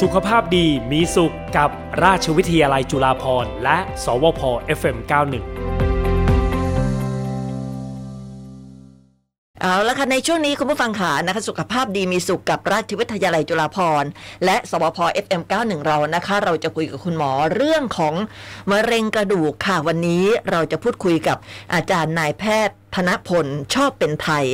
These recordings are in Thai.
สุขภาพดีมีสุขกับราชวิทยาลัยจุฬาภรณ์และ สวพ FM91 เอาละค่ะในช่วงนี้คุณผู้ฟังขานะคะสุขภาพดีมีสุขกับราชวิทยาลัยจุฬาภรณ์และสวพ FM91 เรานะคะ เราจะคุยกับคุณหมอเรื่องของมะเร็งกระดูกค่ะวันนี้เราจะพูดคุยกับอาจารย์นายแพทย์พนพลชอบเป็นไทย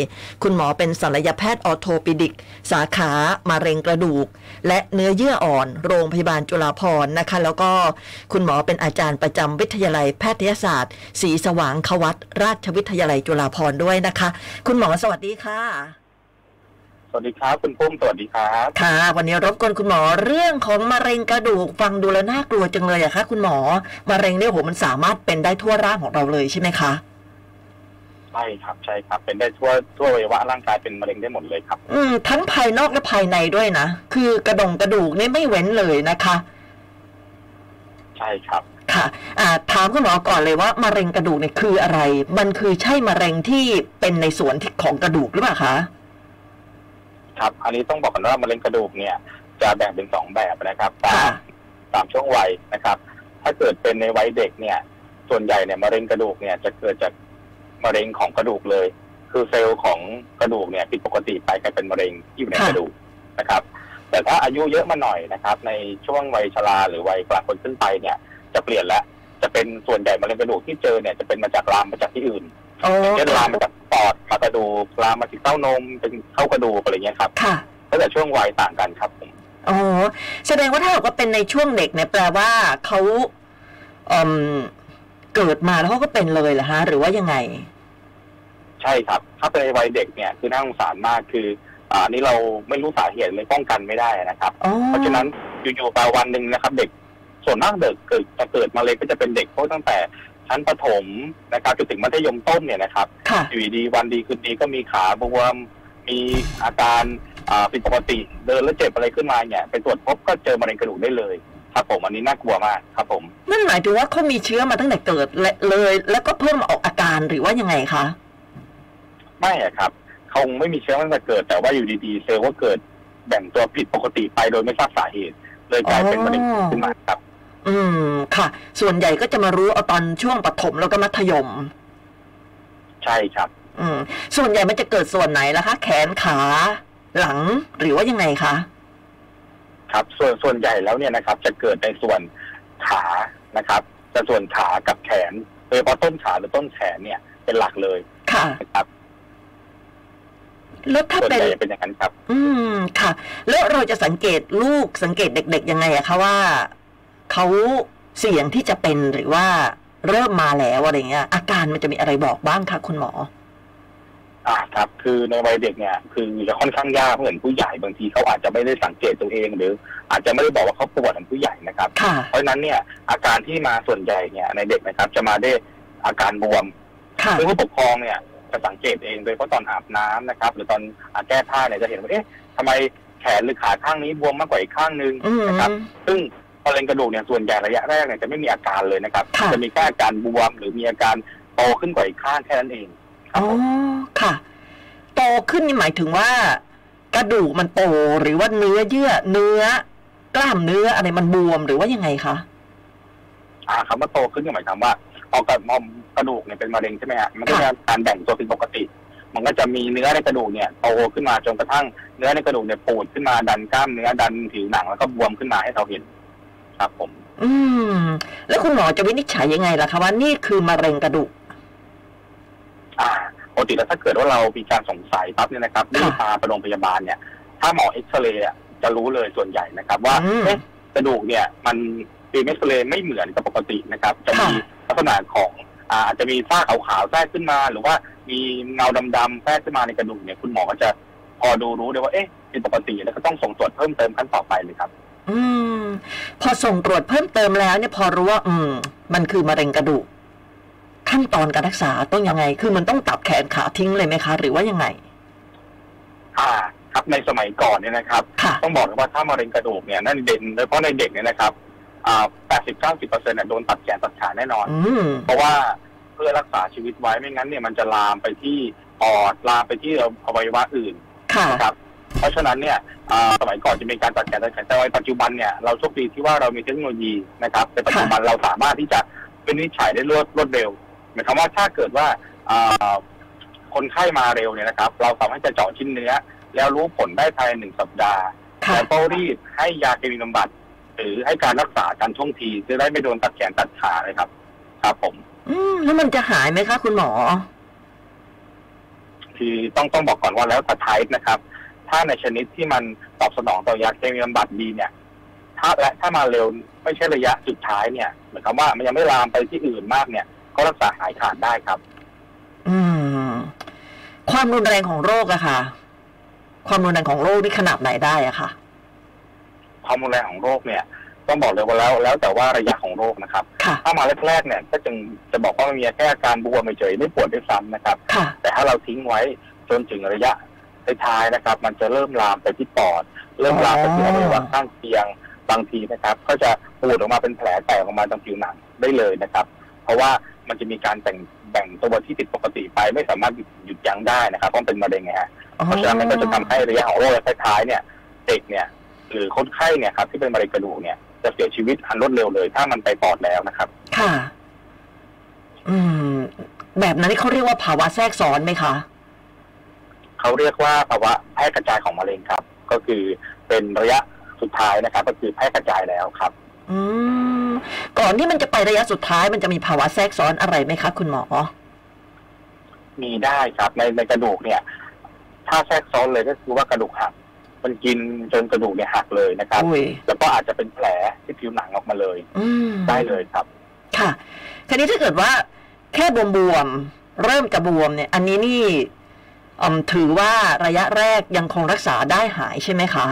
คุณหมอเป็นศัลยแพทย์ออโทปิดิก สาขามะเร็งกระดูก และเนื้อเยื่ออ่อนโรงพยาบาลจุฬาภรณ์นะคะ แล้วก็คุณหมอเป็นอาจารย์ประจำวิทยาลัยแพทยศาสตร์ศรีสว่างควัตราชวิทยาลัยจุฬาภรณ์ด้วยนะคะ คุณหมอสวัสดีค่ะ สวัสดีครับ คุณปุ้มสวัสดีครับ ค่ะ วันนี้รบกวนคุณหมอเรื่องของมะเร็งกระดูกฟังดูแล้วน่ากลัวจังเลยอะคะคุณหมอมะเร็งเนี่ยโหมันสามารถเป็นได้ทั่วร่างของเราเลยใช่ไหมคะ ใช่ครับใช่ครับ เป็นได้ทั่วทั่วอวัยวะร่างกายเป็นมะเร็งได้หมดเลยครับ อืมทั้งภายนอกและภายในด้วยนะ คือกระดงกระดูกเนี่ยไม่เว้นเลยนะคะ ใช่ครับ ค่ะอ่าถามคุณหมอก่อนเลยว่ามะเร็งกระดูกเนี่ยคืออะไร มันคือใช่มะเร็งที่เป็นในส่วนที่ของกระดูกหรือเปล่าคะ ครับ อันนี้ต้องบอกกันว่ามะเร็งกระดูกเนี่ย จะแบ่งเป็นสองแบบนะครับตา ค่ะ มตามช่วงวัยนะครับ ถ้าเกิดเป็นในวัยเด็กเนี่ย ส่วนใหญ่เนี่ยมะเร็งกระดูกเนี่ยจะเกิดจากมะเร็งของกระดูกเลย คือเซลล์ของกระดูกเนี่ยผิดปกติไปกลายเป็นมะเร็งที่อยู่ใน ค่ะ กระดูกนะครับ แต่ถ้าอายุเยอะมาหน่อยนะครับ ในช่วงวัยชราหรือวัยกลางคนขึ้นไปเนี่ย จะเปลี่ยนละจะเป็นส่วนใหญ่มะเร็งกระดูกที่เจอเนี่ยจะเป็นมาจากลามมาจากที่อื่น โอ้ เช่นลามมาจากปอดมากระดูกลามมาถึงเต้านมเป็นเข้ากระดูกอะไรเงี้ยครับ ค่ะ ตั้งแต่ช่วงวัยต่างกันครับผม อ๋อแสดงว่าถ้าหากว่าเป็นในช่วงเด็กเนี่ยแปลว่าเขาเอิ่มเกิดมาแล้วเขาก็เป็นเลยเหรอฮะ หรือว่ายังไง ใช่ครับ ถ้าเป็นในวัยเด็กเนี่ยคือน่าสงสารมากคือ อ่านี่เราไม่รู้สาเหตุเลยป้องกันไม่ได้นะครับ อ๋อ เพราะฉะนั้นอยู่ๆไปวันหนึ่งนะครับ เด็กส่วนมากเด็กเกิดจะเกิดมาเลยก็จะเป็นเด็กพวกตั้งแต่ชั้นประถมนะครับจนถึงมัธยมต้นเนี่ยนะครับ ค่ะ อยู่ดีๆวันดีคืนดีก็มีขาบวมมีอาการอ่าผิดปกติ เดินแล้วเจ็บอะไรขึ้นมาเนี่ยไปตรวจพบก็เจอมะเร็งกระดูกได้เลยครับผมอันนี้น่ากลัวมากครับผม นั่นหมายถึงว่าเขามีเชื้อมาตั้งแต่เกิดและเลย แล้วก็เพิ่มมาออกอาการหรือว่ายังไงคะ ไม่อะครับคงไม่มีเชื้อตั้งแต่เกิด แต่ว่าอยู่ดีๆเซลล์ก็เกิดแบ่งตัวผิดปกติไปโดยไม่ทราบสาเหตุ เลยกลายเป็นมะเร็งขึ้นมาครับ อืมค่ะ ส่วนใหญ่ก็จะมารู้เอาตอนช่วงปฐมแล้วก็มัธยม ใช่ครับ อืม ส่วนใหญ่มันจะเกิดส่วนไหนล่ะคะ แขนขา หลังหรือว่ายังไงคะ ครับส่วนส่วนใหญ่แล้วเนี่ยนะครับ จะเกิดในส่วนขานะครับแต่ส่วนขากับแขนโดยเฉพาะต้นขาหรือต้นแขนเนี่ยเป็นหลักเลย ค่ะ นะครับ แล้วถ้า ส่วน เป็น ใหญ่จะเป็นอย่างนั้นครับ อืมค่ะ แล้วเราจะสังเกตลูกสังเกตเด็ก ๆ ยังไงอะคะว่าเขาเสี่ยงที่จะเป็นหรือว่าเริ่มมาแล้วอะไรเงี้ย อาการมันจะมีอะไรบอกบ้างคะคุณหมอ อ่าครับคือในวัยเด็กเนี่ยคือจะค่อนข้างยากเหมือนผู้ใหญ่บางทีเขาอาจจะไม่ได้สังเกตตัวเอง หรืออาจจะไม่ได้บอกว่าเขาป่วยเหมือนผู้ใหญ่นะครับ ค่ะ เพราะฉะนั้นเนี่ยอาการที่มาส่วนใหญ่เนี่ยในเด็กนะครับ จะมาด้วยอาการบวม ค่ะ ซึ่งผู้ปกครองเนี่ยจะสังเกตเองโดยเฉพาะตอนอาบน้ำนะครับ หรือตอนอาบแก้ผ้าเนี่ยจะเห็นว่าเอ๊ะทำไมแขนหรือขาข้างนี้บวมมากกว่าอีกข้างนึง อืม นะครับ ซึ่งมะเร็งกระดูกเนี่ยส่วนใหญ่ระยะแรกเนี่ยจะไม่มีอาการเลยนะครับ ค่ะ จะมีแค่อาการบวม หรือมีอาการโตขึ้นกว่าอีกข้างแค่นั้นเองครั อ๋อบผม ค่ะ โตขึ้นนี่หมายถึงว่า กระดูกมันโตหรือว่าเนื้อเยื่อ เนื้อ กล้ามเนื้ออะไรมันบวมหรือว่ายังไงคะ อ่าคำว่าโตขึ้นก็หมายความว่าพอกระมอมกระดูกเนี่ยเป็นมะเร็งใช่ไหมฮะมันก็จะ ค่ะ การแบ่งตัวผิดปกติ มันก็จะมีเนื้อในกระดูกเนี่ยโตขึ้นมาจนกระทั่งเนื้อในกระดูกเนี่ยปูดขึ้นมาดันกล้ามเนื้อดันผิวหนังแล้วก็บวมขึ้นมาให้เราเห็น ครับผม อืม แล้วคุณหมอจะวินิจฉัยยังไงล่ะคะว่านี่คือมะเร็งกระดูก อ่าปกติแล้วถ้าเกิดว่าเรามีการสงสัยปั๊บเนี่ยนะครับ ค่ะ รีบพาไปโรงพยาบาลเนี่ย ถ้าหมอเอ็กซเรย์อะจะรู้เลยส่วนใหญ่นะครับ ว่า อืม เอ๊ะกระดูกเนี่ย มันฟิล์มเอ็กซเรย์ไม่เหมือนกับปกตินะครับ จะ ค่ะ มีลักษณะของอ่าอาจจะมีฝ้าขาวๆแทรกขึ้นมา หรือว่ามีเงาดำๆแทรกขึ้นมาในกระดูกเนี่ยคุณหมอก็จะพอดูรู้ได้ว่าเอ๊ะเป็นปกติแล้วก็ต้องส่งตรวจเพิ่มเติมขั้นต่อไปเลยครับ อืม พอส่งตรวจเพิ่มเติมแล้วเนี่ยพอรู้ว่า อืม มันคือมะเร็งกระดูก ขั้นตอนการรักษาต้องยังไง คือมันต้องตัดแขนขาทิ้งเลยไหมคะ หรือว่ายังไง อ่า ครับในสมัยก่อนเนี่ยนะครับ ค่ะ ต้องบอกเลยว่าถ้ามะเร็งกระดูกเนี่ยนั่นเด่นโดยเฉพาะในเด็กเนี่ยนะครับ อ่า 80-90%เนี่ยโดนตัดแขนตัดขาแน่นอน อืม เพราะว่าเพื่อรักษาชีวิตไว้ไม่งั้นเนี่ยมันจะลามไปที่ปอดลามไปที่อวัยวะอื่น ค่ะ นะครับ เพราะฉะนั้นเนี่ยอ่าสมัยก่อนจะมีการตัดแขนตัดแขนแต่ว่าปัจจุบันเนี่ยเราโชคดีที่ว่าเรามีเทคโนโลยีนะครับในปัจจุบันเราสามารถที่จะวินิจฉัยได้รวดรวดเร็วหมายความว่าถ้าเกิดว่าอ่าคนไข้มาเร็วเนี่ยนะครับ เราสามารถจะเจาะชิ้นเนื้อ แล้วรู้ผลได้ภายในหนึ่งสัปดาห์ ค่ะ แล้วก็รีบให้ยาเคมีบำบัด หรือให้การรักษาการท่วงทีจะได้ไม่โดนตัดแขนตัดขาเลยครับ ครับผม อืมแล้วมันจะหายไหมคะคุณหมอ คือต้องต้องบอกก่อนว่าแล้วแต่ไทป์นะครับ ถ้าในชนิดที่มันตอบสนองต่อยาเคมีบำบัดดีเนี่ย ถ้าและถ้ามาเร็วไม่ใช่ระยะสุดท้ายเนี่ยหมายความว่ามันยังไม่ลามไปที่อื่นมากเนี่ย ก็รักษาหายขาดได้ครับ อืม ความรุนแรงของโรคอะค่ะ ความรุนแรงของโรคนี่ขนาดไหนได้อะค่ะ ความรุนแรงของโรคเนี่ย ต้องบอกเลยว่าแล้ว แล้วแต่ว่าระยะของโรคนะครับ ค่ะ ถ้ามาแรกๆเนี่ยก็จึงจะบอกว่ามันมีแค่อาการบวมเฉยๆไม่ปวดด้วยซ้ำนะครับ ค่ะ แต่ถ้าเราทิ้งไว้จนถึงระยะท้ายๆนะครับ มันจะเริ่มลามไปที่ปอด เริ่มลามไปที่อวัยวะข้างเคียงบางทีนะครับ ก็จะปูดออกมาเป็นแผลแตกออกมาตรงผิวหนังได้เลยนะครับ เพราะว่ามันจะมีการแบ่งแบ่งตัวที่ติดปกติไปไม่สามารถหยุดยั้งได้นะครับเพราะมันเป็นมะเร็งไงฮะเพราะฉะนั้นมันก็จะทำให้ระยะของโรคระยะท้ายๆเนี่ยเด็กเนี่ย หรือคนไข้เนี่ยครับที่เป็นมะเร็งกระดูกเนี่ยจะเสียชีวิตอันรวดเร็วเลย ถ้ามันไปปอดแล้วนะครับ ค่ะ อืม แบบนั้นเขาเรียกว่าภาวะแทรกซ้อนไหมคะ เขาเรียกว่าภาวะแพร่กระจายของมะเร็งครับ ก็คือเป็นระยะสุดท้ายนะครับ ก็คือแพร่กระจายแล้วครับ อืม ก่อนที่มันจะไประยะสุดท้ายมันจะมีภาวะแทรกซ้อนอะไรไหมคะ คุณหมอ มีได้ครับในในกระดูกเนี่ย ถ้าแทรกซ้อนเลยก็คือว่ากระดูกหัก มันกินจนกระดูกเนี่ยหักเลยนะครับ อุ้ย แล้วก็อาจจะเป็นแผลที่ผิวหนังออกมาเลย อืม ได้เลยครับ ค่ะ คราวนี้ถ้าเกิดว่า แค่บวมบวมๆเริ่มจะบวมเนี่ย อันนี้นี่อืมถือว่าระยะแรกยังคงรักษาได้หายใช่ไหมคะ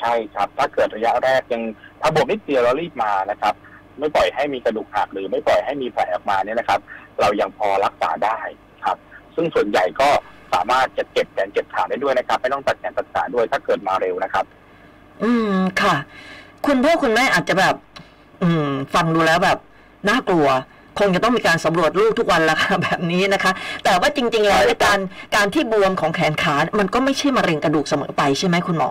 ใช่ครับ ถ้าเกิดระยะแรกยังถ้าบวมนิดเดียวเรารีบมานะครับ ไม่ปล่อยให้มีกระดูกหักหรือไม่ปล่อยให้มีแผลออกมาเนี่ยนะครับ เรายังพอรักษาได้ครับ ซึ่งส่วนใหญ่ก็สามารถจะเจ็บแขนเจ็บขาได้ด้วยนะครับ ไม่ต้องตัดแขนตัดขาด้วยถ้าเกิดมาเร็วนะครับ อืมค่ะ คุณพ่อคุณแม่อาจจะแบบ อืม ฟังดูแล้วแบบน่ากลัว คงจะต้องมีการสำรวจลูกทุกวันละค่ะ แบบนี้นะคะ แต่ว่าจริง ๆ แล้ว ใช่ครับ การการที่บวมของแขนขา มันก็ไม่ใช่มะเร็งกระดูกเสมอไปใช่ไหมคุณหมอ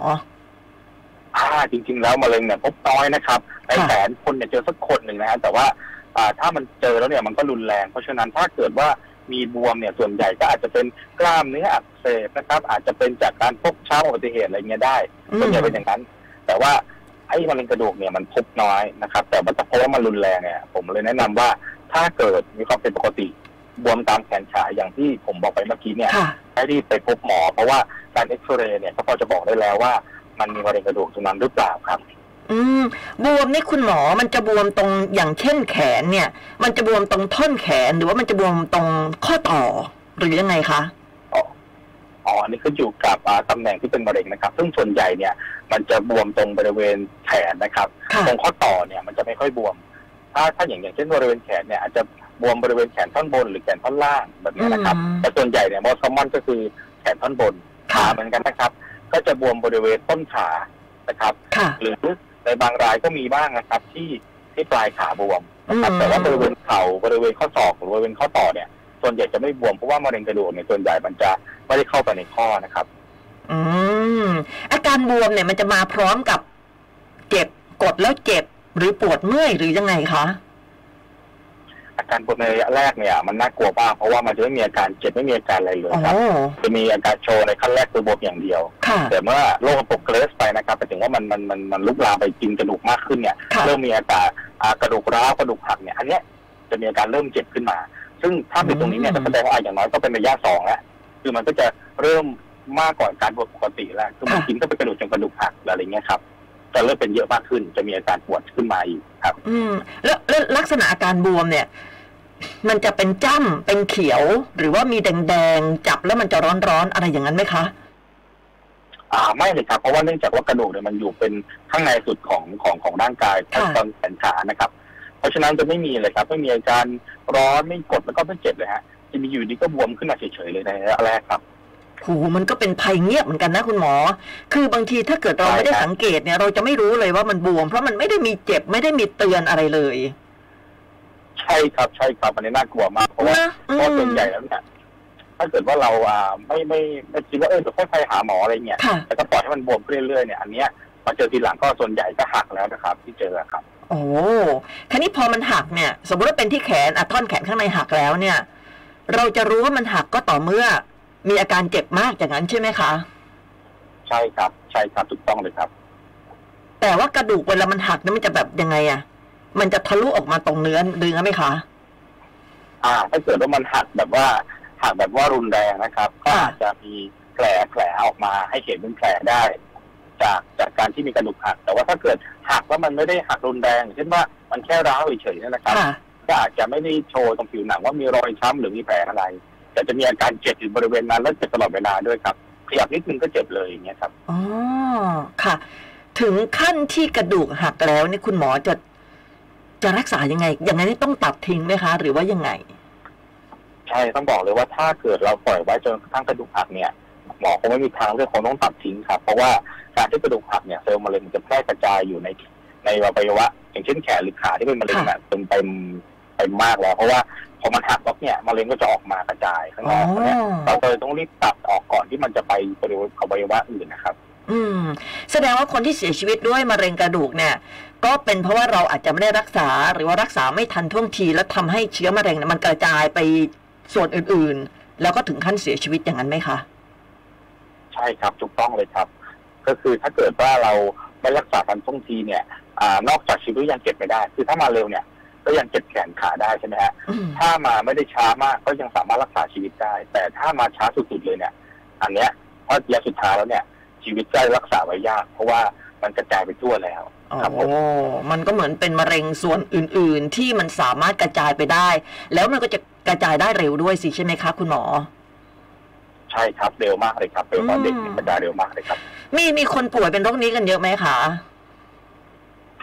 อ่าจริง ๆ แล้วมะเร็งเนี่ยพบน้อยนะครับใน ค่ะ แสนคนเนี่ยเจอสักคนหนึ่งนะฮะแต่ว่าอ่าถ้ามันเจอแล้วเนี่ยมันก็รุนแรง เพราะฉะนั้นถ้าเกิดว่ามีบวมเนี่ยส่วนใหญ่ก็อาจจะเป็นกล้ามเนื้ออักเสบนะครับ อาจจะเป็นจากการพกช้ำอุบัติเหตุอะไรเงี้ยได้ อื ส่วน ม ใหญ่เป็นอย่างนั้น แต่ว่าไอ้มะเร็งกระดูกเนี่ยมันพบน้อยนะครับ แต่ว่าเพราะว่ามันรุนแรงเนี่ยผมเลยแนะนำว่าถ้าเกิดมีความเป็นปกติบวมตามแขนขาอย่างที่ผมบอกไปเมื่อกี้เนี่ย ค่ะ ให้รีบไปพบหมอ เพราะว่าการเอ็กซเรย์เนี่ยก็พอจะบอกได้แล้วว่ามันมีมะเร็งกระดูกตรงนั้นหรือเปล่าครับ อืม บวมนี่คุณหมอมันจะบวมตรงอย่างเช่นแขนเนี่ย มันจะบวมตรงท่อนแขนหรือว่ามันจะบวมตรงข้อต่อ หรือยังไงคะ อ๋ออันนี่ขึ้นอยู่กับอ่าตำแหน่งที่เป็นมะเร็งนะครับ ซึ่งส่วนใหญ่เนี่ยมันจะบวมตรงบริเวณแขนนะครับ ค่ะ ตรงข้อต่อเนี่ยมันจะไม่ค่อยบวม ถ้าถ้าอย่างอย่างเช่นบริเวณแขนเนี่ยอาจจะบวมบริเวณแขนท่อนบนหรือแขนท่อนล่างแบบเนี้ยนะครับ อืม แต่ส่วนใหญ่เนี่ยมอสมอนก็คือแขนท่อนบนขา ค่ะ เหมือนกันนะครับ ก็จะบวมบริเวณต้นขานะครับ ค่ะ หรือในบางรายก็มีบ้างนะครับ ที่ที่ปลายขาบวมนะครับ อืม แต่ว่าบริเวณเข่าบริเวณข้อศอกหรือบริเวณข้อต่อเนี่ย ส่วนใหญ่จะไม่บวมเพราะว่ามะเร็งกระดูกเนี่ยส่วนใหญ่มันจะไม่ได้เข้าไปในข้อนะครับ อืม อาการบวมเนี่ยมันจะมาพร้อมกับ เจ็บกดแล้วเจ็บหรือปวดเมื่อยหรือยังไงคะ อาการปวดในระยะแรกเนี่ยมันน่ากลัวมากเพราะว่ามันจะไม่มีอาการเจ็บไม่มีอาการอะไรเลย โอ้ ครับ จะมีอาการโชว์ในขั้นแรกคือบวมอย่างเดียว ค่ะ แต่เมื่อโรคมันโปรเกรสไปนะครับหมายถึงว่ามันมันมันมันลุกลามไปกินกระดูกมากขึ้นเนี่ย ค่ะ เริ่มมีอาการอ่ากระดูกร้าวกระดูกหักเนี่ยอันเนี้ยจะมีอาการเริ่มเจ็บขึ้นมา ซึ่งถ้าเป็นตรงนี้เนี่ย อืม ก็แสดงว่าอ่ะอย่างน้อยก็เป็นระยะสองแล้วคือมันก็จะเริ่มมากกว่าการบวมปกติแล้วคือมันกินก็ไปกระดูกจนกระดูกหักอะไรเงี้ยครับจะเริ่มเป็นเยอะมากขึ้น จะมีอาการปวดขึ้นมาอีกครับ อืม แล้วแล้วลักษณะอาการบวมเนี่ย มันจะเป็นจ้ำเป็นเขียว หรือว่ามีแดงๆจับแล้วมันจะร้อนๆอะไรอย่างนั้นไหมคะ อ่าไม่เลยครับเพราะว่าเนื่องจากว่ากระดูกเนี่ยมันอยู่เป็นข้างในสุดของของของร่างกาย ค่ะ ตอนแขนขานะครับ เพราะฉะนั้นจะไม่มีเลยครับไม่มีอาการร้อนไม่กดแล้วก็ไม่เจ็บเลยฮะจะมีอยู่ดีก็บวมขึ้นมาเฉยๆเลยในระยะแรกครับ โหมันก็เป็นภัยเงียบเหมือนกันนะคุณหมอ คือบางทีถ้าเกิดเรา ใช่ ไม่ได้ ครับ สังเกตเนี่ย เราจะไม่รู้เลยว่ามันบวม เพราะมันไม่ได้มีเจ็บไม่ได้มีเตือนอะไรเลย ใช่ครับใช่ครับอันนี้น่ากลัวมากเพราะว่า นะอื เพราะส่ ม วนใหญ่แล้วเนี่ย ถ้าเกิดว่าเราอ่าไม่ไม่ไม่คิดว่าเออจะค่อยๆหาหมออะไรเงี้ย ค่ะ แล้วก็ปล่อยให้มันบวมขึ้นเรื่อยๆเนี่ยอันเนี้ยมาเจอทีหลังก็ส่วนใหญ่ก็หักแล้วนะครับ ที่เจอครับ โอ้คันนี้พอมันหักเนี่ย สมมติว่าเป็นที่แขนอะท่อนแขนข้างในหักแล้วเนี่ย เราจะรู้ว่ามันหักก็ต่อเมื่อ มีอาการเจ็บมากอย่างนั้นใช่ไหมคะ ใช่ครับ ใช่ครับถูกต้องเลยครับ แต่ว่ากระดูกเวลามันหักเนี่ยมันจะแบบยังไงอะมันจะทะลุออกมาตรงเนื้อเนื้อไหมคะ อ่า ถ้าเกิดว่ามันหักแบบว่าหักแบบว่ารุนแรงนะครับ ก็อาจจะมีแผลแผลออกมาให้เห็นเป็นแผลได้ จากจากการที่มีกระดูกหัก แต่ว่าถ้าเกิดหักแล้วมันไม่ได้หักรุนแรงเช่นว่ามันแค่ร้าวเฉยๆเนี่ยนะครับ ค่ะ ก็อาจจะไม่ได้โชว์ตรงผิวหนังว่ามีรอยช้ำหรือมีแผลอะไร แต่จะมีอาการเจ็บอยู่บริเวณนั้นและเจ็บตลอดเวลาด้วยครับขยับนิดนึงก็เจ็บเลยอย่างเงี้ยครับ อ๋อ ค่ะ ถึงขั้นที่กระดูกหักแล้วเนี่ยคุณหมอจะ จะรักษายังไง อย่างไงนี่ต้องตัดทิ้งไหมคะ หรือว่ายังไง ใช่ต้องบอกเลยว่าถ้าเกิดเราปล่อยไว้จนกระทั่งกระดูกหักเนี่ยหมอคงไม่มีทางเรื่องคงต้องตัดทิ้งครับ เพราะว่าการที่กระดูกหักเนี่ยเซลล์มะเร็งจะแพร่กระจายอยู่ในในอวัยวะ อย่างเช่นแขนหรือขาที่เป็นมะเร็งเนี่ยเป็นเต็มเต็มมากแล้ว เพราะว่าพอมันหักแล้วเนี่ยมะเร็งก็จะออกมากระจายข้างน อ๋อ อกเนี่ยเราเลยต้องรีบตัดออกก่อนที่มันจะไปบริเวณอวัยวะอื่นนะครับ อืม แสดงว่าคนที่เสียชีวิตด้วยมะเร็งกระดูกเนี่ย ก็เป็นเพราะว่าเราอาจจะไม่ได้รักษา หรือว่ารักษาไม่ทันท่วงที แล้วทำให้เชื้อมะเร็งเนี่ยมันกระจายไปส่วนอื่นๆ แล้วก็ถึงขั้นเสียชีวิตอย่างนั้นไหมคะ ใช่ครับถูกต้องเลยครับ ก็คือถ้าเกิดว่าเราไม่รักษาทันท่วงทีเนี่ยอานอกจากชีวิตยังเจ็บไม่ได้ คือถ้ามาเร็วเนี่ย ก็ยังเจ็บแขนขาได้ใช่ไหมฮะ อืม ถ้ามาไม่ได้ช้ามากก็ยังสามารถรักษาชีวิตได้ แต่ถ้ามาช้าสุดๆเลยเนี่ย อันเนี้ยเพราะระยะสุดท้ายแล้วเนี่ย ชีวิตได้รักษาไว้ยาก เพราะว่ามันกระจายไปทั่วแล้ว ครับผม โอ้มันก็เหมือนเป็นมะเร็งส่วนอื่น ๆ ที่มันสามารถกระจายไปได้ แล้วมันก็จะกระจายได้เร็วด้วยสิใช่ไหมคะ คุณหมอ ใช่ครับเร็วมากเลยครับเร็วกว่าเด็กเนี่ยกระจายเร็วมากเลยครับ มีมีคนป่วยเป็นโรคนี้กันเยอะไหมคะ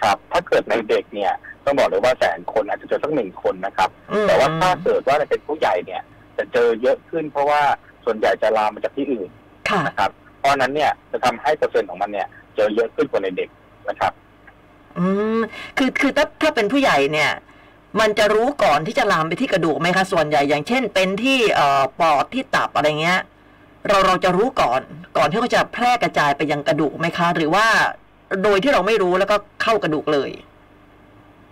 ครับ ถ้าเกิดในเด็กเนี่ยต้องบอกเลยว่าแสนคนอาจจะเจอสักหนึ่งคนนะครับ อืม แต่ว่าถ้าเกิดว่าเป็นผู้ใหญ่เนี่ย จะเจอเยอะขึ้น เพราะว่าส่วนใหญ่จะลามมาจากที่อื่น ค่ะ นะครับ เพราะฉะนั้นเนี่ยจะทำให้เปอร์เซ็นต์ของมันเนี่ย เจอเยอะขึ้นกว่าในเด็กนะครับ อืม คือคือถ้าถ้าเป็นผู้ใหญ่เนี่ย มันจะรู้ก่อนที่จะลามไปที่กระดูกไหมคะ ส่วนใหญ่อย่างเช่น เป็นที่เอ่อปอดที่ตับอะไรเงี้ย เราเราจะรู้ก่อน ก่อนที่เขาจะแพร่กระจายไปยังกระดูกไหมคะ หรือว่าโดยที่เราไม่รู้แล้วก็เข้ากระดูกเลย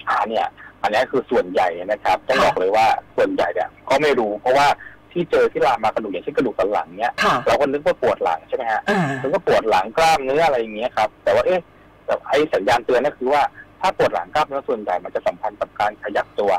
ช้าเนี่ยอันนี้คือส่วนใหญ่นะครับต้อง ค่ะ บอกเลยว่าส่วนใหญ่เนี่ยก็ไม่รู้ เพราะว่าที่เจอที่ลามมากระดูกอย่างเช่นกระดูกสันหลังเนี่ย ค่ะ เราก็นึกว่าปวดหลังใช่ไหมฮะ อ่า นึกว่าปวดหลังกล้ามเนื้ออะไรอย่างเงี้ยครับแต่ว่าเอ๊ะแต่ไอ้สัญญาณเตือนนั่นคือว่าถ้าปวดหลังกล้ามเนื้อส่วนใหญ่มันจะสัมพันธ์กับการขยับตัว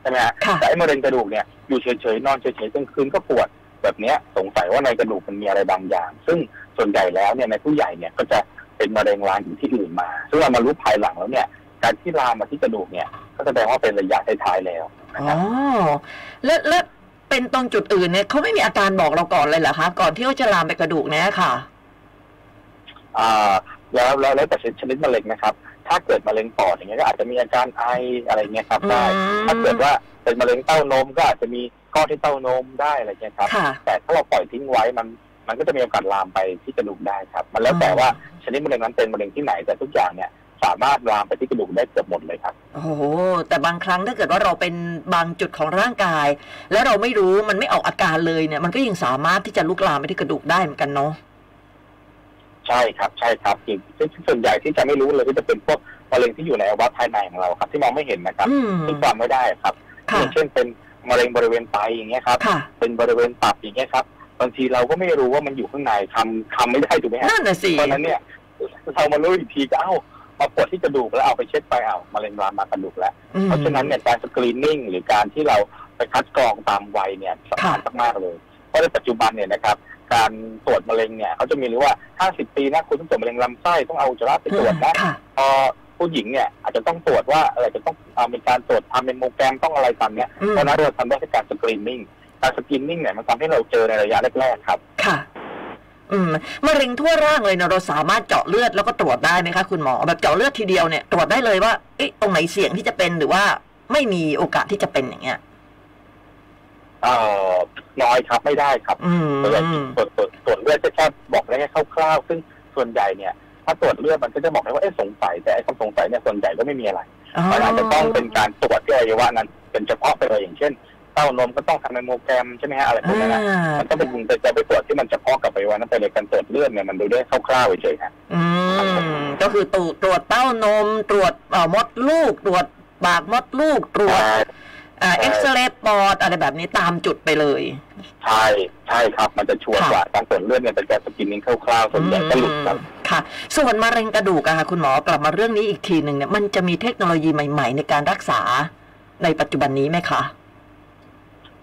ใช่ไหมฮะ ค่ะ แต่ไอ้มะเร็งกระดูกเนี่ยอยู่เฉยๆนอนเฉยๆกลางคืนก็ปวดแบบเนี้ยสงสัยว่าในกระดูกมันมีอะไรบางอย่าง ซึ่งส่วนใหญ่แล้วเนี่ยในผู้ใหญ่เนี่ยก็จะเป็นมะเร็งลามอยู่ที่อื่นมา ซึ่งเรามารู้ภายหลังแล้วเนี่ย การที่ลามมาที่กระดูกเนี่ย ก็แสดงว่าเป็นระยะท้ายๆแล้วนะค อ๋ รั อบ แล้วแล้วเป็นตรงจุดอื่นเนี่ยเขาไม่มีอาการบอกเราก่อนเลยเหรอคะ ก่อนที่เขาจะลามไปกระดูกเนี่ยค่ะ ่าแล้วแล้วแล้วแต่ชนิดมะเร็งนะครับ ถ้าเกิดมะเร็งปอดอย่างเงี้ยก็อาจจะมีอาการไออะไรเงี้ยครับได้ อืม ถ้าเกิดว่าเป็นมะเร็งเต้านมก็อาจจะมีก้อนที่เต้านมได้อะไรเงี้ยครับ ค่ะ แต่ถ้าเราปล่อยทิ้งไว้มัน มันก็จะมีโอกาสลามไปที่กระดูกได้ครับ มันแล้วแต่ อืม ว่าชนิดมะเร็งนั้นเป็นมะเร็งที่ไหนแต่ทุกอย่างเนี่ยสามารถลามไปที่กระดูกได้เกือบหมดเลยครับ โอ้โหแต่บางครั้งถ้าเกิดว่าเราเป็นบางจุดของร่างกาย แล้วเราไม่รู้มันไม่ออกอาการเลยเนี่ย มันก็ยังสามารถที่จะลุกลามไปที่กระดูกได้เหมือนกันเนาะ ใช่ครับใช่ครับจริงซึ่งส่วนใหญ่ที่จะไม่รู้เลยก็จะเป็นพวกมะเร็งที่อยู่ในอวัยวะภายในของเราครับ ที่มองไม่เห็นนะครับ อืม ที่จำไม่ได้ครับอ ค่ะ ย่างเช่นเป็นมะเร็งบริเวณไตอย่างเงี้ยครับ ค่ะ เป็นบริเวณตับอย่างเงี้ยครับ บางทีเราก็ไม่รู้ว่ามันอยู่ข้างในทำทำไม่ได้ถูกไหมฮะ นั่นน่ะสิ เพราะฉะนั้นเนี่ยเรามารู้อีกทีก็เอ้ามาปวดที่กระดูกแล้วเอาไปเช็คไปเอามะเร็งลามมากระดูกแล้ว อืม เพราะฉะนั้นเนี่ยการสกรีนนิ่งหรือการที่เราไปคัดกรองตามวัยเนี่ยสำคัญ ค่ะ มากๆเลย เพราะในปัจจุบันเนี่ยนะครับ การตรวจมะเร็งเนี่ยเขาจะมีหรือว่า 50 ปีนะคุณต้องตรวจมะเร็งลำไส้ต้องเอาอุจจาระไปตรวจนะ ค่ะ พอผู้หญิงเนี่ยอาจจะต้องตรวจว่าอะไรจะต้องเอามีการตรวจทำเป็นโมแกรมต้องอะไรตามเนี้ย อืม เพราะฉะนั้นเราทำได้แค่การสกรีนนิ่งการสกรีนนิ่งเนี่ยมันทำให้เราเจอในระยะแรกๆครับ ค่ะ อืมมะเร็งทั่วร่างเลยเนอะเราสามารถเจาะเลือดแล้วก็ตรวจได้ไหมคะคุณหมอแบบเจาะเลือดทีเดียวเนี่ยตรวจได้เลยว่าเอ๊ะตรงไหนเสี่ยงที่จะเป็นหรือว่าไม่มีโอกาสที่จะเป็นอย่างเงี้ย เอ่อน้อยครับไม่ได้ครับ อืม ส่วนใหญ่ตรวจตรวจตรวจเลือดจะแค่บอกได้แค่คร่าวๆซึ่งส่วนใหญ่เนี่ยถ้าตรวจเลือดมันก็จะบอกได้ว่าเอ๊ะสงสัยแต่ไอ้คำสงสัยเนี่ยส่วนใหญ่ก็ไม่มีอะไรมันอาจจะต้องเป็นการตรวจที่อวัยวะนั้น เป็นเฉพาะไปเลยอย่างเช่นไต ต้านมก็ต้องทำแมมโมแกรมใช่ไหมฮะอะไรพวก อ่า นี้นะมันก็เป็นแต่จะไปตรวจที่มันเฉพาะกับไปวันนั้นไปเลยการตรวจเลือดเนี่ยมันดูได้คร่าวๆเฉยๆฮะ อืมก็คือตรวจตรวจเต้านม ตรวจเอ่อมดลูก ตรวจปากมดลูก ตรวจเอ่อเอ็กซเรย์ปอดอะไรแบบนี้ตามจุดไปเลย ใช่ใช่ครับ มันจะชัวร์ ค่ะ กว่าการตรวจเลือดเนี่ยเป็นการสกินนิ่งคร่าวๆส่วนใหญ่ก็หลุดครับ อืมค่ะ ส่วนมะเร็งกระดูกอะค่ะคุณหมอกลับมาเรื่องนี้อีกทีหนึ่งเนี่ยมันจะมีเทคโนโลยีใหม่ ๆ ในการรักษาในปัจจุบันนี้ไหมคะ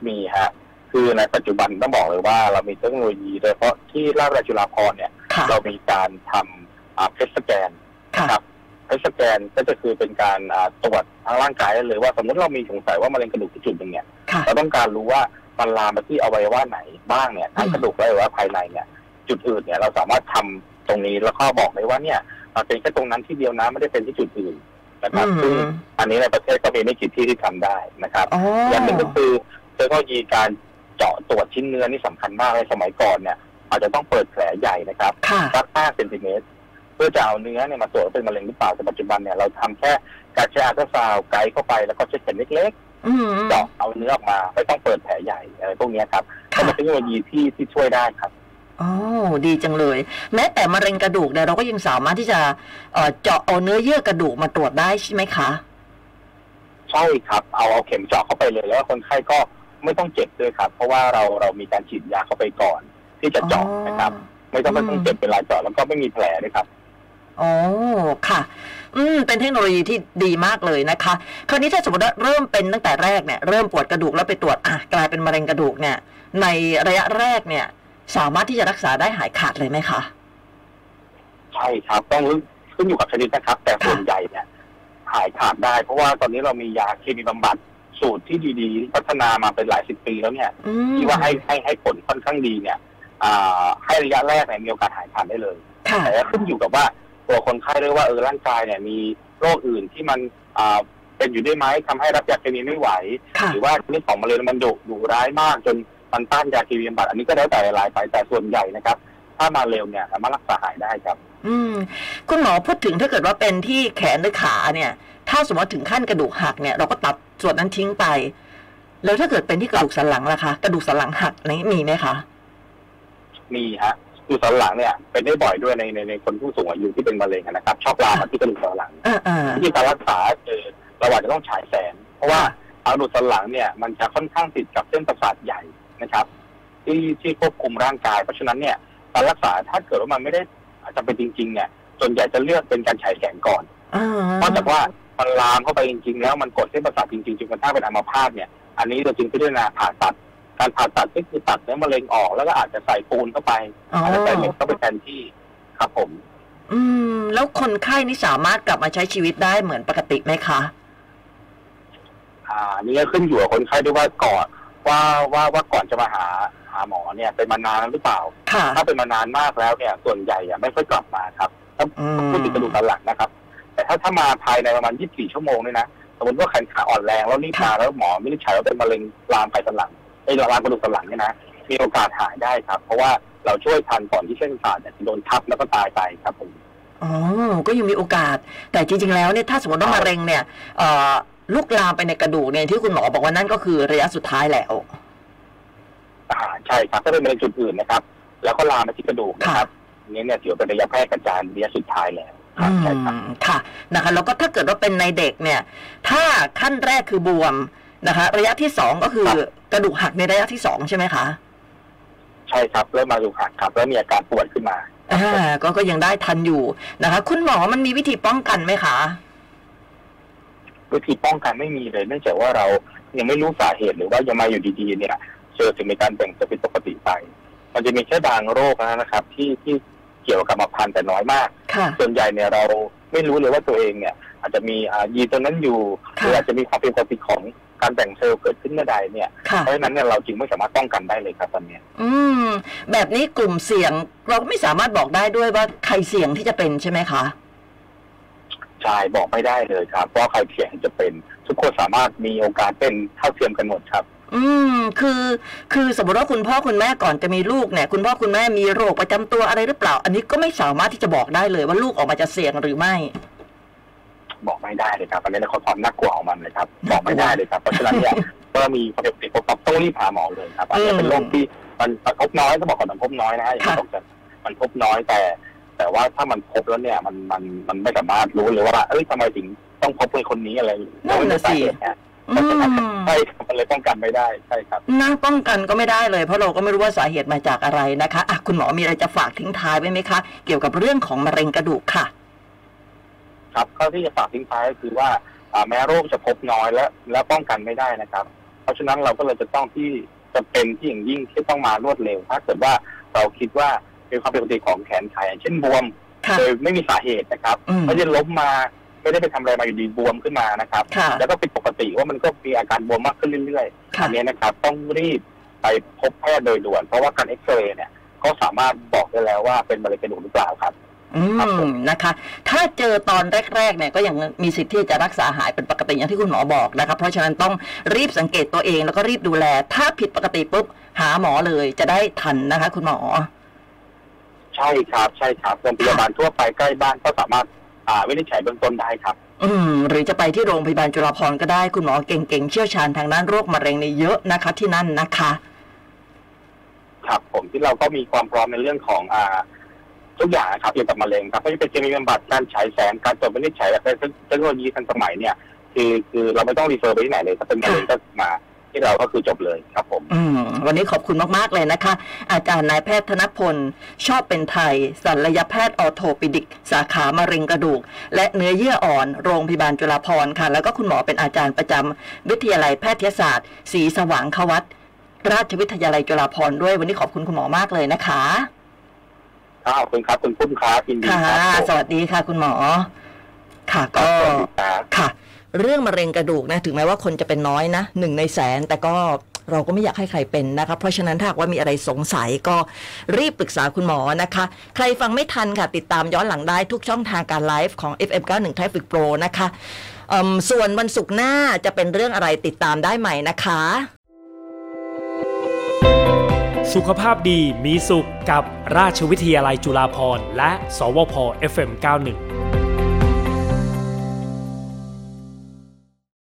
มีฮะ คือในปัจจุบันต้องบอกเลยว่าเรามีเทคโนโลยีโดยเฉพาะที่ราชวิทยาลัยจุฬาภรณ์เนี่ย ค่ะ เรามีการทำอ่าเพสแกน ค่ะ ครับ เพสแกนก็จะคือเป็นการอ่าตรวจทางร่างกายได้เลยว่าสมมติเรามีสงสัยว่ามะเร็งกระดูกที่จุดหนึ่งเนี่ย ค่ะ เราต้องการรู้ว่ามันลามไปที่อวัยวะไหนบ้างเนี่ยทั้ง อืม กระดูกและอวัยวะภายในเนี่ยจุดอื่นเนี่ยเราสามารถทำตรงนี้แล้วก็บอกได้ว่าเนี่ยมันเป็นแค่ตรงนั้นที่เดียวนะไม่ได้เป็นที่จุดอื่นนะครับ อื ซึ่ง ม อันนี้ในประเทศก็มีไม่กี่ที่ที่ทำได้นะครับ อ๋อ อย่างหนึ่งก็คือเทคโนโลยีการเจาะตรวจชิ้นเนื้อนี่สำคัญมากเลยสมัยก่อนเนี่ย อาจจะต้องเปิดแผลใหญ่นะครับ ค่ะ สัก5เซนติเมตรเพื่อจะเอาเนื้อเนี่ยมาตรวจว่าเป็นมะเร็งหรือเปล่าแต่ปัจจุบันเนี่ยเราทำแค่การใช้อัลตราซาวด์ไกด์เข้าไปแล้วก็เช็คเข็มเล็ก อืม ๆเจาะเอาเนื้อออกมาไม่ต้องเปิดแผลใหญ่อะไรพวกเนี้ยครับก็ ค่ะ เป็นเทคโนโลยีที่ที่ช่วยได้ครับ โอ้ดีจังเลย แม้แต่มะเร็งกระดูกเนี่ยเราก็ยังสามารถที่จะเอ่อเจาะเอาเนื้อเยื่อกระดูกมาตรวจได้ใช่ไหมคะ ใช่ครับ เอาเอาเข็มเจาะเข้าไปเลยแล้วคนไข้ก็ไม่ต้องเจ็บด้วยครับ เพราะว่าเราเรามีการฉีดยาเข้าไปก่อน ที่จะเจาะนะครับ ไม่ต้องไม่ต้องเจ็บเป็นลายเจาะแล้วก็ไม่มีแผลด้วยครับ โอ้ค่ะ อืม เป็นเทคโนโลยีที่ดีมากเลยนะคะ คราวนี้ถ้าสมมติว่าเริ่มเป็นตั้งแต่แรกเนี่ย เริ่มปวดกระดูกแล้วไปตรวจ อ่ะ กลายเป็นมะเร็งกระดูกเนี่ย ในระยะแรกเนี่ย สามารถที่จะรักษาได้หายขาดเลยไหมคะ ใช่ครับ ต้องขึ้นอยู่กับชนิดนะครับ แต่ส่วนใหญ่เนี่ยหายขาดได้ เพราะว่าตอนนี้เรามียาเคมีบำบัดสูตรที่ดีๆที่พัฒนามาเป็นหลายสิบปีแล้วเนี่ย อืม ที่ว่าให้ให้ให้ผลค่อนข้างดีเนี่ย อ่า ให้ระยะแรกเนี่ยมีโอกาสหายขาดได้เลย ค่ะ แต่ขึ้นอยู่กับว่าตัวคนไข้ด้วยว่าเออร่างกายเนี่ยมีโรคอื่นที่มันอ่าเป็นอยู่ได้วยไหมทำให้รับยาเคมีไม่ไหว ค่ะ หรือว่าชนิดของมะเร็งมันดุดุร้ายมาก จนมันต้านยาเคมีบำบัดอันนี้ก็แล้วแต่รายไปแต่ส่วนใหญ่นะครับ ถ้ามาเร็วเนี่ยสามารถรักษาหายได้ครับ อืม คุณหมอพูดถึงถ้าเกิดว่าเป็นที่แขนหรือขาเนี่ย ถ้าสมมติว่าถึงขั้นกระดูกหักเนี่ย เราก็ตัดส่วนนั้นทิ้งไป แล้วถ้าเกิดเป็นที่กระดูกสันหลังล่ะคะ กระดูกสันหลังหักอะไรอย่างนี้มีไหมคะ มีฮะกระดูกสันหลังเนี่ยเป็นได้บ่อยด้วยในในในคนผู้สูงอายุที่เป็นมะเร็งอะนะครับ ชอบลามมาที่กระดูกสันหลัง อ่าอ่า วิธีการรักษาคือเราอาจจะต้องฉายแสงเพราะว่าเอากระดูกสันหลังเนี่ยมันจะค่อนข้างติดกับเส้นประสาทใหญ่นะครับ ที่ที่ควบคุมร่างกาย เพราะฉะนั้นเนี่ยการรักษาถ้าเกิดว่ามันไม่ได้จำเป็นจริงๆเนี่ยส่วนใหญ่จะเลือกเป็นการฉายแสงก่อน อ่า เพราะจากว่ามันลามเข้าไปจริง ๆ แล้วมันกดเส้นประสาทจริงๆจนกระทั่งเป็นอัมพาตเนี่ย อันนี้เราจึงพิจารณาผ่าตัด การผ่าตัดก็คือตัดเนื้อมะเร็งออกแล้วก็อาจจะใส่ปูนเข้าไป อ๋อ อาจจะใส่เหล็กเข้าไปแทนที่ครับผม อืม แล้วคนไข้นี่สามารถกลับมาใช้ชีวิตได้เหมือนปกติไหมคะ อ่าอันนี่ก็ขึ้นอยู่กับคนไข้ด้วยว่าก่อนว่าว่าว่าก่อนจะมาหาหาหมอเนี่ยเป็นมานานหรือเปล่า ค่ะ ถ้าเป็นมานานมากแล้วเนี่ย ส่วนใหญ่อะไม่ค่อยกลับมาครับถ้า อืม พูดถึงกระดูกสันหลังนะครับ แต่ถ้าถ้ามาภายในประมาณ 24 ชั่วโมงเนี่ยนะสมมติว่าแขนขาอ่อนแรงแล้วรีบมาแล้วหมอไม่ได้ใช้ว่าเป็นมะเร็งลามไปสันหลังไอ้ยลามกระดูกสันหลังเนี่ยนะมีโอกาสหายได้ครับ เพราะว่าเราช่วยทันก่อนที่เส้นประสาทเนี่ยจะโดนทับแล้วก็ตายไปครับผม อ๋อ ก็ยังมีโอกาส แต่จริง ๆ แล้วเนี่ยถ้าสมมติว่ามะเร็งเนี่ยเอ่อลุกลามไปในกระดูกเนี่ยที่คุณหมอบอกว่านั่นก็คือระยะสุดท้ายแล้ว อ่าใช่ครับถ้าเป็นมะเร็งจุดอื่นนะครับ แล้วก็ลามมาที่กระดูกนะครับอันนี้เนี่ยถือว่าเป็นระยะแพร่กระจายระยะสุดท้ายแล้วค อื รับใช่ครับ ม ค่ะ นะคะ แล้วก็ถ้าเกิดว่าเป็นในเด็กเนี่ย ถ้าขั้นแรกคือบวมนะคะ ระยะที่สองก็คือกระดูกหักในระยะที่สองใช่ไหมคะ ใช่ครับเริ่มมาดูหักครับแล้วมีอาการปวดขึ้นมา อ่า ก็ก็ยังได้ทันอยู่นะคะ คุณหมอมันมีวิธีป้องกันไหมคะ วิธีป้องกันไม่มีเลยเนื่องจากว่าเรายังไม่รู้สาเหตุหรือว่ายังมาอยู่ดีๆเนี่ยเจอถึงมีการแบ่งตัวผิดปกติไป มันจะมีแค่บางโรคนะครับ ที่ที่เกี่ยวกับกรรมพันธุ์แต่น้อยมาก ค่ะ ส่วนใหญ่เนี่ยเราไม่รู้เลยว่าตัวเองเนี่ย อาจจะมีอ่ายีนตัวนั้นอยู่ห ค่ะ รืออาจจะมีความผิดปกติของการแบ่งเซลล์เกิดขึ้นเมื่อใดเนี่ย ค่ะ เพราะฉะนั้นเนี่ยเราจึงไม่สามารถป้องกันได้เลยครับตอนเนี้ย อืม แบบนี้กลุ่มเสี่ยงเราก็ไม่สามารถบอกได้ด้วยว่าใครเสี่ยงที่จะเป็นใช่ไหมคะ ใช่บอกไม่ได้เลยครับว่าใครเสี่ยงจะเป็น ทุกคนสามารถมีโอกาสเป็นเท่าเทียมกันหมดครับ อืม คือ คือสมมติว่าคุณพ่อคุณแม่ก่อนจะมีลูกเนี่ย คุณพ่อคุณแม่มีโรคประจำตัวอะไรหรือเปล่า อันนี้ก็ไม่สามารถที่จะบอกได้เลยว่าลูกออกมาจะเสี่ยงหรือไม่ บอกไม่ได้เลยครับอันนี้ในความน่ากลัวของมันเลยครับบอกไม่ได้เลยครับเพราะฉะนั้นเนี่ย ก็มีความเสี่ยงติดพบปั๊บต้องรีบหาหมอเลยครับอันนี้เป็นโรคที่มันมันพบน้อยก็บอกก่อนมันพบน้อยนะฮะอย่างที่บอกจะมันพบน้อยแต่ แต่ว่าถ้ามันพบแล้วเนี่ยมันมันมันไม่สามารถรู้เลยว่าเอ้ยทำไมถึงต้องพบคนคนนี้อะไร นั่นน่ะสิ เนี่ย อืม ใช่ครับมันเลยป้องกันไม่ได้ใช่ครับ นะป้องกันก็ไม่ได้เลยเพราะเราก็ไม่รู้ว่าสาเหตุมาจากอะไรนะคะอ่ะคุณหมอมีอะไรจะฝากทิ้งท้ายไว้ไหมคะ เกี่ยวกับเรื่องของมะเร็งกระดูกค่ะ ครับข้อที่จะฝากทิ้งท้ายก็คือว่าอ่าแม้โรคจะพบน้อยและและป้องกันไม่ได้นะครับ เพราะฉะนั้นเราก็เลยจะต้องที่จะเป็นที่อย่างยิ่งที่ต้องมารวดเร็ว ถ้าเกิดว่าเราคิดว่าเป็นความผิดปกติของแขนขาอย่างเช่นบวม ค่ะ โดยไม่มีสาเหตุนะครับ อืม ไม่ได้ล้มมาไม่ได้ไปทำอะไรมาอยู่ดีบวมขึ้นมานะครับ ค่ะ แล้วก็เป็นปกติว่ามันก็มีอาการบวมมากขึ้นเรื่อยๆ ค่ะ อันนี้นะครับต้องรีบไปพบแพทย์โดยด่วน เพราะว่าการเอ็กซเรย์เนี่ยก็สามารถบอกได้แล้วว่าเป็นมะเร็งกระดูกหรือเปล่าครับ อื ครับผม ม นะคะ ถ้าเจอตอนแรกๆเนี่ยก็ยังมีสิทธิ์ที่จะรักษาหายเป็นปกติอย่างที่คุณหมอบอกนะคะเพราะฉะนั้นต้องรีบสังเกตตัวเองแล้วก็รีบดูแล ถ้าผิดปกติปุ๊บหาหมอเลยจะได้ทันนะคะ คุณหมอ ใช่ครับใช่ครับโรงพยาบาลทั่วไปใกล้บ้านก็สามารถอ่าวินิจฉัยเบื้องต้นได้ครับ อืมหรือจะไปที่โรงพยาบาลจุฬาภรณ์ก็ได้คุณหมอเก่งๆเชี่ยวชาญทางด้านโรคมะเร็งเนี่ยเยอะนะคะ ที่นั่นนะคะ ครับ ผมที่เราก็มีความพร้อมในเรื่องของอ่าทุกอย่างนะครับเกี่ยวกับมะเร็งครับไม่ว่าจะเป็นเคมีบำบัดการฉายแสงการตรวจวินิจฉัยแบบเทคโนโลยีทันสมัยเนี่ยคือคือเราไม่ต้องรีเฟอร์ไปที่ไหนเลยถ้าเป็นมะเร็งก็มาที่เราก็คือจบเลยครับผม อืมวันนี้ขอบคุณมาก ๆ เลยนะคะ อาจารย์นายแพทย์ธนพล ชอบเป็นไทยศัลยแพทย์ออโทปิดิก สาขามะเร็งกระดูก และเนื้อเยื่ออ่อน โรงพยาบาลจุฬาภรณ์ค่ะ แล้วก็คุณหมอเป็นอาจารย์ประจำวิทยาลัยแพทยศาสตร์ศรีสว่างควัตราชวิทยาลัยจุฬาภรณ์ด้วย วันนี้ขอบคุณคุณหมอมากเลยนะคะ ครับขอบคุณครับคุณพุ่มครับยินดี ค่ะ ครับผม สวัสดีค่ะ คุณหมอ ค่ะ ครั ก็ บสวัสดีครับ ค่ะ เรื่องมะเร็งกระดูกนะถึงแม้ว่าคนจะเป็นน้อยนะหนึ่งในแสน แต่ก็เราก็ไม่อยากให้ใครเป็นนะคะเพราะฉะนั้นถ้าหากว่ามีอะไรสงสัยก็รีบปรึกษาคุณหมอนะคะ ใครฟังไม่ทันค่ะ ติดตามย้อนหลังได้ทุกช่องทางการไลฟ์ของ FM91 Traffic Pro นะคะอืมส่วนวันศุกร์หน้าจะเป็นเรื่องอะไรติดตามได้ใหม่นะคะ สุขภาพดีมีสุขกับราชวิทยาลัยจุฬาภรณ์และ สวพ FM91